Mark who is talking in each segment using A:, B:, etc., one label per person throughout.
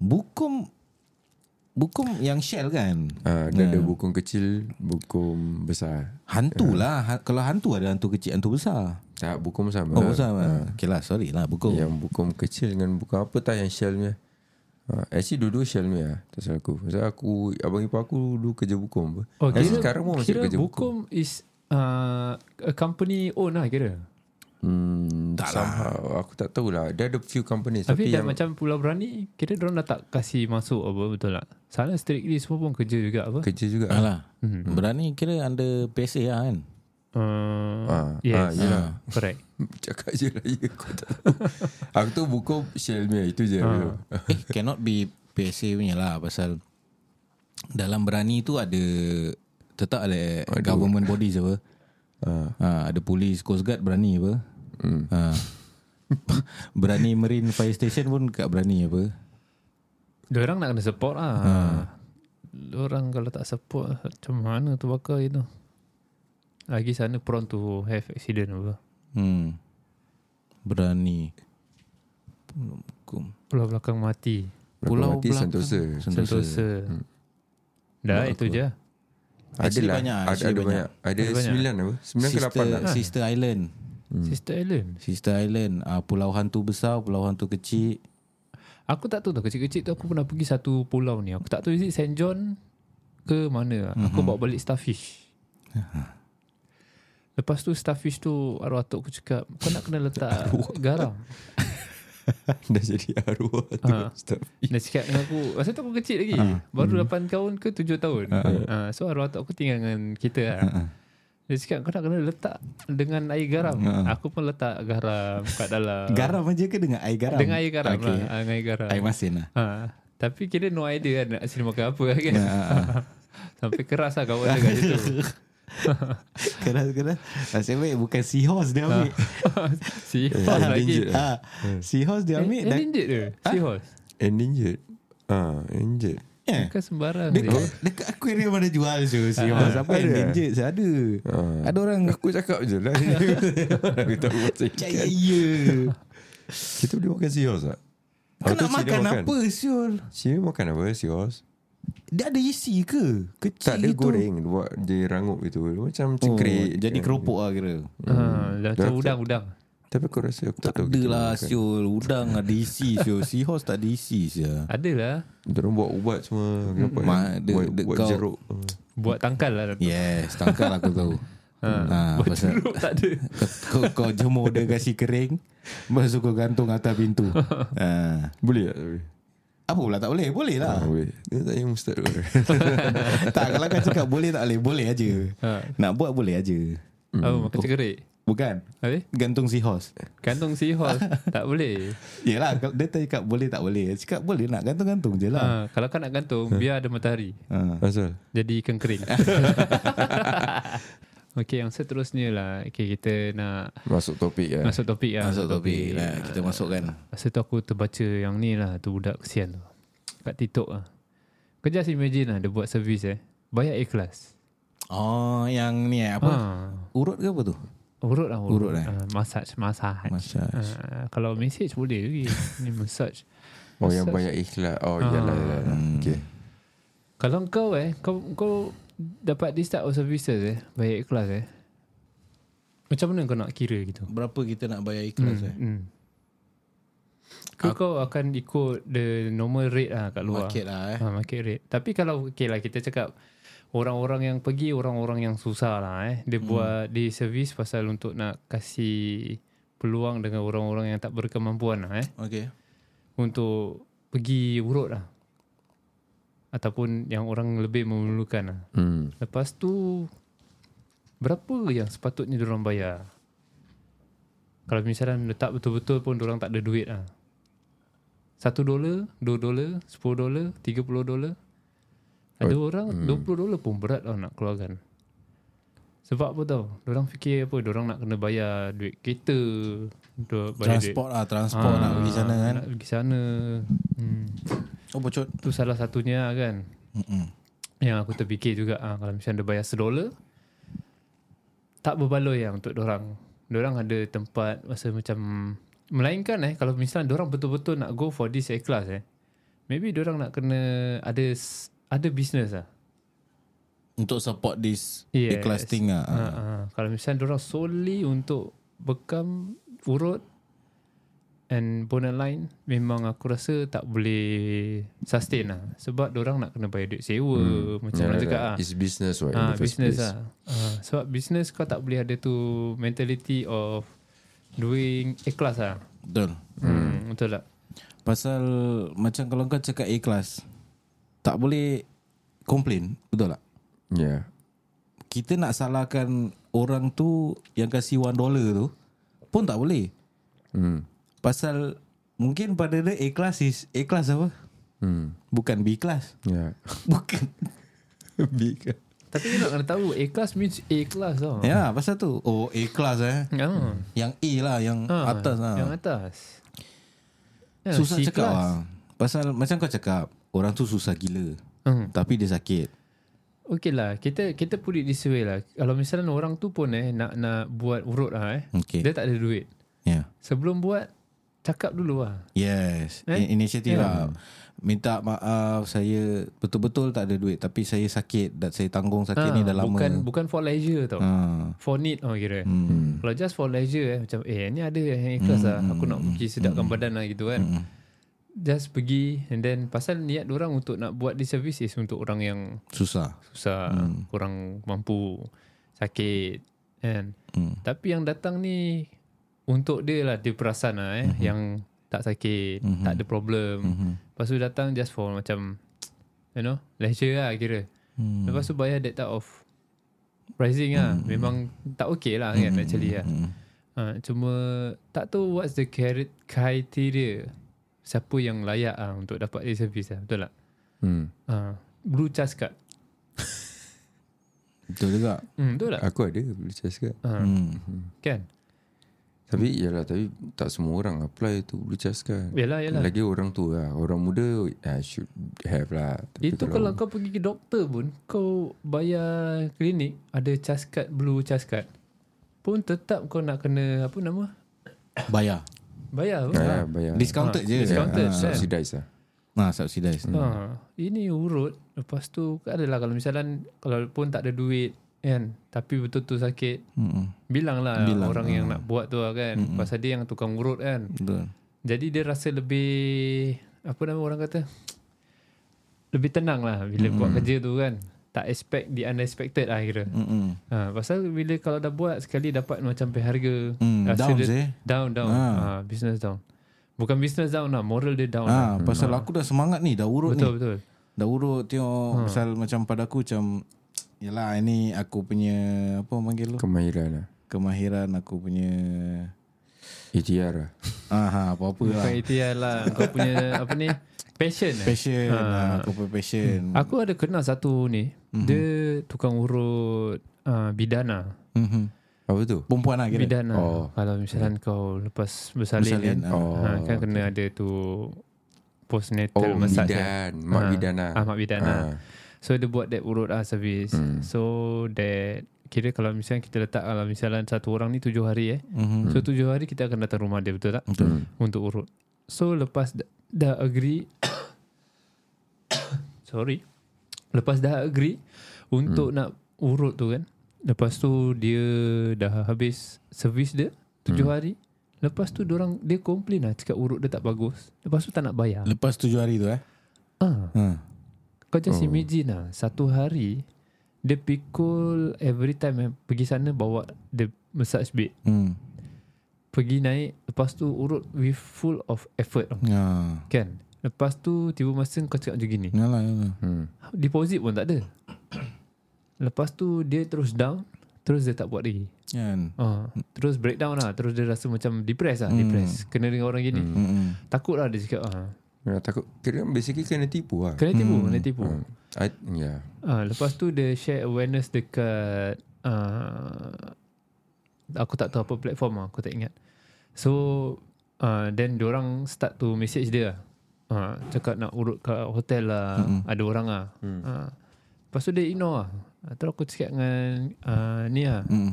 A: Bukum Bukum yang Shell kan
B: Ha, dia ada bokong kecil, bokong besar.
A: Hantu lah ha, Kalau hantu ada hantu kecil Hantu besar
B: Tak, bokong sama.
A: Oh besar ha. Okay lah sorry lah Bukum
B: Yang bokong kecil dengan bokong apa tak yang shell punya. Ha, actually dua-dua shell punya lah, tak salah aku. Sebab aku, abang ipar aku dulu kerja bokong apa.
C: Oh,
B: Actually sekarang pun masih
C: kira
B: kerja bokong.
C: Bukom is uh, a company own lah kira.
B: Hmm, tak lah. Aku tak tahulah. Dia ada few companies. Tapi,
C: Tapi dah
B: yang,
C: macam Pulau Berani, kira diorang dah tak kasih masuk apa betul tak? Sana strictly semua pun kerja juga apa?
B: kerja juga.
A: Alah hmm. Berani kira under PSA lah kan
C: Uh,
B: Ah, ah,
C: yes,
B: yelah.
C: correct.
B: Cakap je lah ya, Aku tak tahu Aku tu buku Shell punya Itu je ha.
A: Eh cannot be PSA punya lah Pasal Dalam berani tu ada Tetap ada Aduh. Government bodies apa uh. ha, Ada polis Coast Guard berani apa hmm. ha. berani Marine Fire Station pun Kat berani apa
C: Diorang nak kena support lah. Ha.
B: Ah.
C: Diorang kalau tak support, macam mana tu bakal itu? Lagi sana prone to have accident apa?
A: hmm. Berani Hukum
C: Pulau belakang mati.
A: Pulau
B: Mati,
A: belakang.
B: Sentosa
C: Sentosa. Hmm. Dah itu je. lah.
B: Ada
A: Actually
B: lah
A: banyak,
B: Ada,
A: actually
B: ada banyak. Ada sembilan apa Sembilan ke lapan
A: Sister,
B: lah
A: Sister Island
B: Hmm.
C: Sister Island.
A: Sister Island uh, Pulau hantu besar Pulau hantu kecil
C: Aku tak tahu tau Kecil-kecil tu aku pernah pergi Satu pulau ni Aku tak tahu is it St. John Ke mana mm-hmm.
A: Mhm.
C: Aku bawa balik starfish Lepas tu starfish tu Arwah atuk aku cakap Kau nak kena letak garam
B: Dah jadi arwah tu
C: Ah. Dia cakap dengan aku Masa tu aku kecil lagi
A: Mhm.
C: Baru 8 tahun ke 7 tahun Ah, So arwah atuk aku tinggal dengan kita lah Dia cakap kau nak kena letak Dengan air garam Aku pun letak garam Kat dalam
A: Garam aja ke dengan air garam?
C: Dengan air garam
A: okay.
C: lah Ah, Dengan air garam
A: Air masin lah
C: Ha, tapi kira no idea kan nak sini makan apa
A: Ya.
C: kan.
A: ah,
C: Sampai keras lah kawan dekat situ.
A: Keras-keras Nasib baik Ah, bukan seahorse dia ambil
C: Ah.
B: Eh,
C: Si horse lagi.
B: Endangered
A: ha.
B: Hmm.
A: Seahorse dia ambil
C: Eh,
A: dan,
C: Endangered tu. Si horse.
B: Endangered Ah, Endangered
A: yeah.
C: Bukan Kan sembarang.
A: Ya. Dekat,
C: dia.
A: dekat aquarium ada jual tu Seahorse Apa
B: Ada
A: yang
B: eh?
A: legit saya ada
B: Ah.
A: Ada orang
B: Aku cakap je lah Aku tak maksud
A: Caya ya
B: Kita boleh makan sios tak?
A: Kau nak makan apa Syul
B: Sini makan apa sios?
A: Dia ada isi ke Kecil
B: Tak ada
A: gitu.
B: goreng Ya. dia Buat dia rangup itu Macam
A: oh,
B: cekrik
A: Jadi keropok lah kira
C: Ha, dah macam udang-udang.
B: Tapi aku rasa aku
A: Tak
B: tak, tahu
A: ada lah Syul Udang ada isi Syul Seahorse tak ada isi Syul
C: Adalah
B: Diorang buat ubat semua Kenapa
A: Ma- dia-
B: Buat,
A: dia
B: buat
A: kau-
B: jeruk
C: buat tangkal lah. Yeah.
A: Yes Tangkal aku tahu ha,
C: Buat
A: Pasal
C: jeruk tak ada.
A: Kau, kau, kau jemur dia kasi kering Lepas tu kau gantung atas pintu ha.
B: Boleh tak tapi?
A: Apa pula tak boleh? Boleh lah
B: Ah, boleh Dia tak payah ustaz tu
A: Tak kalau kau cakap boleh tak boleh Boleh aja
C: Ha.
A: Nak buat boleh aja
C: Oh, makan cekerik.
A: Bukan
C: Habis?
A: Gantung si host
C: Gantung si horse. tak boleh.
A: Yelah kalau Dia tanya cakap boleh tak boleh Cakap boleh nak gantung-gantung je lah
C: Ha, kalau kau nak gantung, biar ada matahari.
A: ha.
B: Asal
C: Jadi kengkering. Okey, yang seterusnya lah. Okey, kita nak
B: Masuk topik lah
C: masuk topik lah.
A: Masuk topik lah Kita masukkan
C: Masa tu aku terbaca yang ni lah Tu budak kesian tu Kat TikTok lah Kau just imagine lah Dia buat servis eh Bayar ikhlas
A: Oh yang ni eh, apa
C: ha.
A: Urut ke apa tu
C: Urut lah
A: Urut lah.
C: Ah, Massage Massage,
A: Massage.
C: Ah, Kalau message boleh lagi Ni massage
B: Oh yang banyak ikhlas Oh iyalah, iyalah. Okay
C: Kalau kau eh Kau kau Dapat this type of services eh Bayar ikhlas eh Macam mana kau nak kira gitu
A: Berapa kita nak bayar ikhlas hmm. eh
C: hmm. Kau, kau akan ikut The normal rate lah kat luar
A: Market lah eh
C: Ha, market rate. Tapi kalau okay lah kita cakap orang-orang yang pergi orang-orang yang susah lah eh. Dia hmm. buat di servis pasal untuk nak kasih peluang dengan orang-orang yang tak berkemampuan lah eh.
A: Okay
C: Untuk pergi urut lah. Ataupun yang orang lebih memerlukan lah.
B: hmm.
C: Lepas tu berapa yang sepatutnya diorang bayar? Kalau misalnya letak betul-betul pun diorang tak ada duit lah. Satu dolar, dua dolar, sepuluh dolar, tiga puluh dolar. Ada orang dua puluh dolar pun berat lah nak keluarkan. Sebab apa tau? Diorang fikir apa? Diorang nak kena bayar duit kereta. Duit, bayar
A: Transport lah Transport nak pergi sana kan
C: Ah, Nak pergi sana. Hmm.
A: Oh bocot
C: Tu salah satunya lah kan.
A: Mm-mm.
C: Yang aku terfikir juga ah kalau misalnya dia bayar sedolar tak berbaloi lah untuk orang. Orang ada tempat masa macam melainkan eh kalau misalnya orang betul-betul nak go for this A class eh. Maybe orang nak kena ada s- ada business lah.
A: Untuk support this yes.
C: Yes.
A: A-class thing lah
C: Ha, ha. Kalau misalnya orang solely untuk bekam urut and bonnet line memang aku rasa tak boleh sustain lah sebab orang nak kena bayar duit sewa hmm. macam orang cakap ah.
B: Ya lah. It's business right in the
C: Ah,
B: first
C: business
B: place.
C: lah. Ah, sebab business kau tak boleh ada tu mentality of doing ikhlas lah.
A: Betul
C: Hmm. Betul tak?
A: Pasal Macam kalau kau cakap A-class Tak boleh Complain Betul tak?
B: Yeah.
A: Kita nak salahkan Orang tu Yang kasih one dollar tu Pun tak boleh
B: Hmm.
A: Pasal Mungkin pada dia A-class is A-class apa?
B: Hmm.
A: Bukan B-class
B: Yeah.
A: Bukan
B: Big.
C: Tapi you nak kena tahu A class means A class tau.
A: Ya pasal tu Oh A-class eh
C: Ah.
A: Yang A lah Yang
C: Ah,
A: atas lah
C: Yang atas. Ya,
A: Susah
C: C
A: cakap
C: class.
A: lah Pasal macam kau cakap Orang tu susah gila
C: Hmm.
A: Tapi dia sakit
C: Okay lah Kita kita put it this way lah Kalau misalnya orang tu pun eh Nak nak buat urut lah eh
A: Okay
C: Dia tak ada duit
A: Yeah
C: Sebelum buat Cakap dulu lah
A: Ya. Yes
C: Eh?
A: eh? Inisiatif yeah. lah Minta maaf Saya betul-betul tak ada duit Tapi saya sakit dan Saya tanggung sakit
C: Ah,
A: ni dah lama
C: Bukan bukan for leisure tau
A: Ah.
C: For need oh kira
A: Hmm.
C: Kalau just for leisure eh Macam eh ni ada yang ikhlas lah Aku
A: Hmm.
C: nak pergi sedapkan badan lah gitu kan Just pergi And then Pasal niat orang untuk nak buat this service Is untuk orang yang
A: Susah
C: susah Kurang mampu Sakit Kan
A: hmm.
C: Tapi yang datang ni untuk dia lah dia perasan lah eh mm-hmm. yang tak sakit, mm-hmm. tak ada problem.
A: Hmm.
C: Mm-hmm. Lepas tu datang just for macam you know, leisure lah kira. Mm. Lepas tu bayar that type of pricing lah. Mm-hmm. Memang tak okay lah kan mm-hmm. actually lah. Mm-hmm. Ha, cuma tak tahu what's the cari- criteria siapa yang layak lah untuk dapat this service lah. Betul tak?
B: Hmm.
C: Ha, blue charge card.
A: Betul juga
C: Hmm, betul tak?
B: Aku ada boleh charge card.
C: Ha,
A: hmm.
C: kan?
B: Tapi yalah tapi tak semua orang apply tu boleh charge card.
C: Yalah, yalah.
B: Lagi orang tu lah Orang muda I should have lah Tapi
C: Itu kalau kau pergi ke doktor pun Kau bayar klinik Ada cas card Blue cas card Pun tetap kau nak kena Apa nama
A: Bayar
C: Bayar apa
B: ah, Bayar
A: Discounted
C: Ah,
A: je
C: discounted.
A: Ah.
B: Subsidize lah
A: Nah subsidized
C: ha, Ini urut Lepas tu Adalah kalau misalnya Kalau pun tak ada duit Kan Tapi betul-betul sakit
A: hmm.
C: Bilang lah
A: Bilang,
C: Orang yang nak buat tu lah kan Pasal dia yang tukang urut kan
A: Betul
C: Jadi dia rasa lebih apa nama orang kata? Lebih tenang lah bila buat kerja tu kan. Tak expect the unexpected lah kira.
A: hmm.
C: Ha, pasal bila kalau dah buat sekali dapat macam pay harga.
A: Hmm,
C: rasa
A: down
C: dia,
A: sih.
C: Down, down. Ha.
A: Ha.
C: business down. Bukan business down lah. Moral dia down
A: Ah,
C: lah.
A: pasal aku dah semangat ni Dah urut ni
C: Betul, Ha. betul.
A: Dah urut tengok Pasal macam pada aku macam Yelah ini aku punya Apa panggil lu
B: Kemahiran lah
A: Kemahiran aku punya
B: ATR lah
A: Aha, apa-apa lah
C: Bukan ATR lah. Kau punya apa ni? Passion. eh.
A: Passion ha. Aku punya passion
C: Aku ada kenal satu ni. Dia tukang urut uh, bidana.
A: Mhm.
B: Apa tu?
A: Perempuan lah kira
C: Bidana.
B: Oh.
C: Kalau misalnya kau lepas bersalin,
A: Bersalin,
C: kan.
A: ah.
B: Oh,
C: ha, kan kena ada tu postnatal
B: Oh,
C: massage kan?
B: bidan Mak
C: Ah.
B: bidan lah
C: Ah, mak bidan
A: Ha.
C: lah. So dia buat that urut lah service. Hmm. So that kira kalau misalnya kita letak kalau misalnya satu orang ni tujuh hari eh.
A: Mhm.
C: Hmm. So tujuh hari kita akan datang rumah dia betul tak?
B: hmm,
C: Betul. Untuk urut. So lepas dah, dah agree sorry. Lepas dah agree untuk hmm. nak urut tu kan. Lepas tu dia dah habis servis dia tujuh hmm. hari. Lepas tu orang dia komplain lah cakap urut dia tak bagus. Lepas tu tak nak bayar.
A: Lepas tujuh hari tu eh
C: Ah.
A: ha.
C: Kau just oh. imagine lah Satu hari Dia pikul Every time eh, Pergi sana bawa The massage bed
A: hmm.
C: Pergi naik Lepas tu urut With full of effort tau.
A: Ha.
C: Kan Lepas tu Tiba masa kau cakap macam gini
A: Yalah, yalah.
B: hmm.
C: Deposit pun tak ada Lepas tu Dia terus down Terus dia tak buat lagi
A: Kan
C: ah, Terus breakdown lah Terus dia rasa macam Depressed lah
B: Hmm.
C: Depressed Kena dengan orang gini
A: Mm-mm.
C: Takut lah dia cakap ah.
B: Ya, takut kena basically kena tipu lah
C: Kena tipu Kena tipu
B: Hmm. I, yeah.
C: Ah, lepas tu dia share awareness dekat uh, aku tak tahu apa platform lah, aku tak ingat. So uh, then orang start to message dia. Uh, cakap nak urut kat hotel lah, mm-hmm. ada orang lah. Mm. Uh, lepas tu dia ignore lah. Ah, Terus aku cakap dengan uh, ni lah.
A: Mm.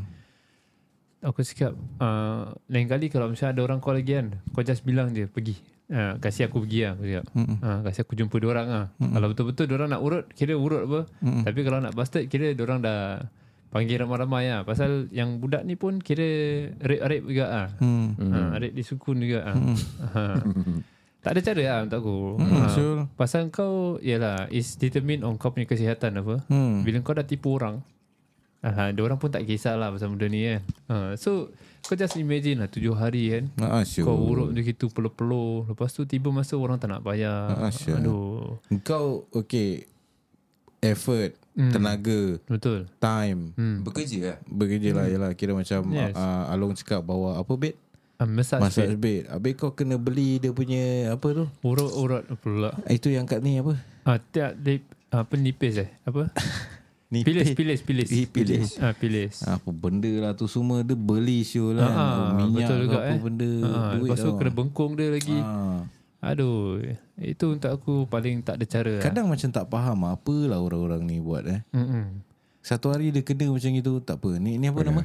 C: "Ah, Aku cakap uh, lain kali kalau misalnya ada orang call lagi kan, kau just bilang je pergi. uh, kasih aku pergi lah aku cakap. Uh, kasih aku jumpa diorang lah. Kalau betul-betul diorang nak urut, kira urut apa. Tapi kalau nak bastard, kira diorang dah panggil ramai-ramai lah. Pasal yang budak ni pun kira rape-rape juga lah. Hmm. Uh, rape disukun juga lah. Ha. Tak ada cara lah untuk aku. Ha.
A: betul.
C: Pasal kau, yelah, is determined on kau punya kesihatan apa.
A: Hmm.
C: Bila kau dah tipu orang, Aha, dia orang pun tak kisah lah pasal benda ni kan. Ha, so kau just imagine lah tujuh hari kan.
A: Ah, sure.
C: Kau urut macam gitu peluh-peluh. Lepas tu tiba masa orang tak nak bayar.
A: Ah, sial.
C: Aduh.
A: Kau okay effort,
C: Hmm.
A: tenaga,
C: Betul.
A: time
C: Hmm.
B: Bekerja lah
A: bekerja lah yalah kira macam yes. uh, Along cakap bawa apa bed
C: Ah, massage
A: massage
C: Massage.
A: bed habis kau kena beli dia punya apa tu Eh,
C: Urut-urut pula.
A: itu yang kat ni apa
C: Ah, tiap lip, apa nipis eh? Apa?
A: ni
C: Pilis, pilis, pilis.
A: Eh, pilis.
C: Ah, pilis.
A: apa benda lah tu semua dia beli sure lah
C: Ah,
A: minyak
C: betul
A: ke
C: juga,
A: apa
C: eh.
A: benda
C: Ah,
A: duit
C: lepas tu
A: tau.
C: kena bengkung dia lagi.
B: Ha.
A: Ah.
C: Aduh. Itu untuk aku paling tak ada cara.
B: Kan-
C: lah.
A: kadang macam tak faham apalah orang-orang ni buat eh
C: Hmm. Mm-mm.
A: satu hari dia kena macam itu tak apa ni ni apa nama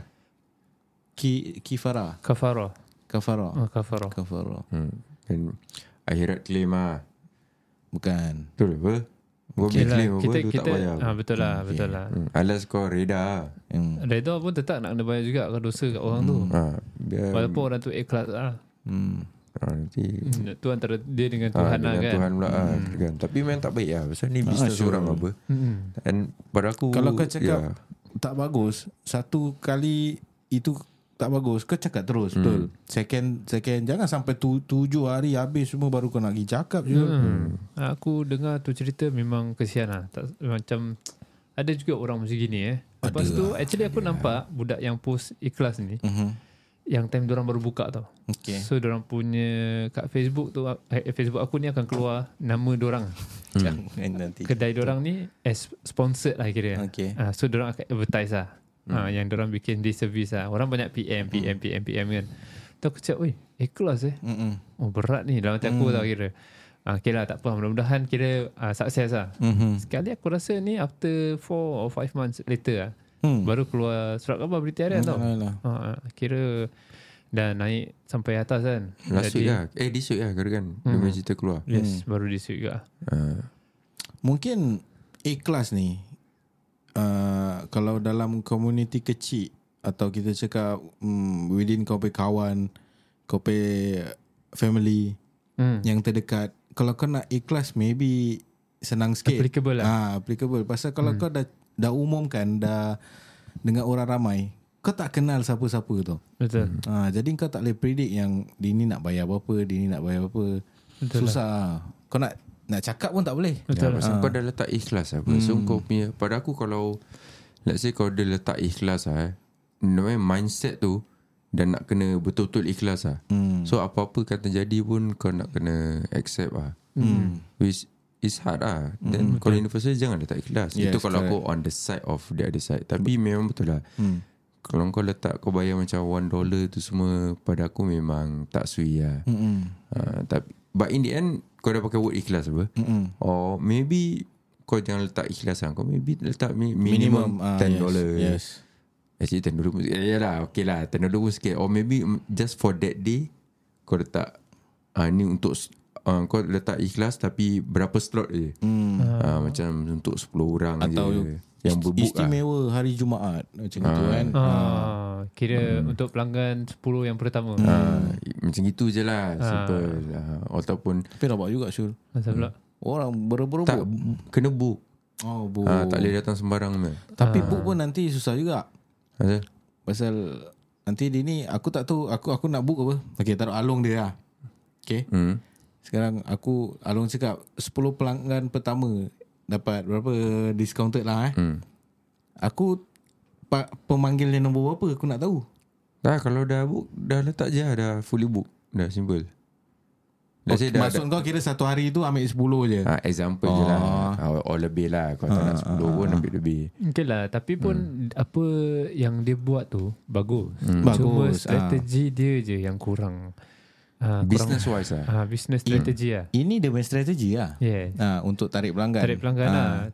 A: Ki, kifara
C: Kafarah.
A: kafara
C: Ah, kafarah.
A: kafara
B: hmm. Dan akhirat claim lah
A: bukan
B: Betul apa? Kau boleh
C: Okay lah,
B: claim apa
C: kita,
B: tu
C: kita,
B: tak bayar
C: ah, betul lah, betul lah.
B: hmm. Alas kau reda lah
A: yang
C: Redha Hmm. pun tetap nak kena bayar juga kalau dosa kat orang tu.
B: ha, biar,
C: Walaupun orang tu ikhlas lah.
A: hmm.
B: ha, Nanti
C: Hmm, tu antara dia
B: ha,
C: dengan Tuhan lah
B: dengan
C: kan.
B: Tuhan pula lah kan. Tapi memang tak baik lah Pasal ni bisnes
A: Hmm. Ah, sure.
B: orang apa
C: Hmm.
B: Dan pada aku
A: Kalau kau cakap
B: ya,
A: tak bagus, satu kali itu tak bagus, kau cakap terus hmm. betul. Second second jangan sampai tu, tujuh hari habis semua baru kau nak pergi cakap je.
C: Hmm. Aku dengar tu cerita memang kesian lah. Tak, macam ada juga orang macam gini eh. Lepas tu actually aku nampak budak yang post ikhlas ni
A: Mhm.
C: yang time orang baru buka tau.
A: Okay.
C: So orang punya kat Facebook tu eh, Facebook aku ni akan keluar nama orang.
A: Hmm. Jangan nanti.
C: Kedai orang ni as sponsored lah
A: Eh,
C: kira.
A: Okay. Hmm.
C: Ah, so orang akan advertise lah. Ah, yang orang bikin this service lah. Orang banyak PM, PM, PM, PM kan. Tu aku cakap, oi, ikhlas eh.
A: Mm-mm.
C: Oh berat ni dalam hati
A: Hmm.
C: aku tau kira ah, Okay lah tak apa Mudah-mudahan kira ah, Sukses lah
A: Mhm.
C: Sekali aku rasa ni After 4 or 5 months later lah
A: Hmm.
C: Baru keluar Surat khabar berita harian tau
A: Alah.
C: ah, ah, Kira Dah naik Sampai atas kan
B: Last week
C: Jadi,
B: lah Eh this week lah kira kan Dia
A: Hmm.
B: punya cerita keluar
A: Ya.
C: Yes Baru this week juga
B: Ah,
A: Mungkin ikhlas ni uh, kalau dalam komuniti kecil atau kita cakap um, within kau pe kawan, kau pe family
C: hmm.
A: yang terdekat, kalau kau nak ikhlas maybe senang sikit.
C: Applicable lah
A: Ah, applicable. Pasal kalau hmm. kau dah dah umumkan dah dengan orang ramai, kau tak kenal siapa-siapa tu.
C: Betul
A: Ah, jadi kau tak boleh predict yang dia ni nak bayar berapa, dia ni nak bayar berapa. Betul Susah. Lah. Kau nak nak cakap pun tak boleh.
B: Ya, pasal kau dah letak ikhlas apa. So
A: Hmm.
B: kau punya pada aku kalau let's say kau dah letak ikhlas ah, eh, namanya mindset tu dan nak kena betul-betul ikhlas ah.
A: Hmm.
B: So apa-apa kan terjadi pun kau nak kena accept ah.
A: Hmm.
B: Which is hard ah. Then kalau university jangan letak ikhlas.
A: Yes,
B: Itu kalau
A: correct.
B: kau on the side of the other side. Tapi memang betul lah.
A: Hmm.
C: Hmm.
B: Kalau kau letak kau bayar macam one dollar tu semua pada aku memang tak sui lah.
A: Mm-mm.
B: Uh, tapi but in the end kau dah pakai word ikhlas apa?
A: Mm-mm.
B: Or maybe kau jangan letak ikhlas lah. Kau maybe letak mi- minimum,
A: ah,
B: $10.
A: Yes.
B: Actually $10 pun sikit. Eh, Yalah, okay lah. $10 pun sikit. Or maybe mm, just for that day, kau letak ah ni untuk s- ah, kau letak ikhlas tapi berapa slot
A: yes.
B: je.
A: Mm.
B: Ah, macam untuk 10 orang
A: Atau
B: je. Yang berbuk lah.
A: Istimewa hari Jumaat macam itu kan.
C: ah, Kira untuk pelanggan 10 yang pertama
B: Hmm. Ah, i- macam itu je lah. Simple. Ah, ataupun
A: Tapi rabak juga Syul.
C: Masa pula
A: Orang berebut
B: tak kena book.
A: Oh, bu.
B: Ah, tak boleh datang sembarang tu.
A: Tapi
B: Ah.
A: book pun nanti susah juga.
B: Pasal
A: Pasal nanti dia ni aku tak tahu aku aku nak book apa. Okey taruh Along dia lah. Okey.
B: hmm.
A: Sekarang aku Along cakap 10 pelanggan pertama dapat berapa discounted lah eh.
B: Hmm.
A: Aku pa, pemanggil yang nombor berapa aku nak tahu.
B: Dah kalau dah book Dah letak je lah, Dah fully book Dah simple Let's say
A: Okay,
B: dah,
A: maksud
B: dah
A: kau kira satu hari tu ambil 10 je.
B: ha, Example je lah ha, Or lebih lah Kalau tak nak 10 pun Ambil lebih
C: Okay lah Tapi
B: Hmm.
C: pun Apa Yang dia buat tu Bagus
A: Bagus,
C: Cuma
A: ah.
C: strategi dia je Yang kurang ah, kurang-
B: Business wise lah
C: Ah, business strategy lah.
A: Ini dia punya strategi lah.
B: Hmm.
C: Yeah.
B: Kan?
A: Ha, untuk tarik pelanggan.
B: Ah.
C: Tarik pelanggan lah.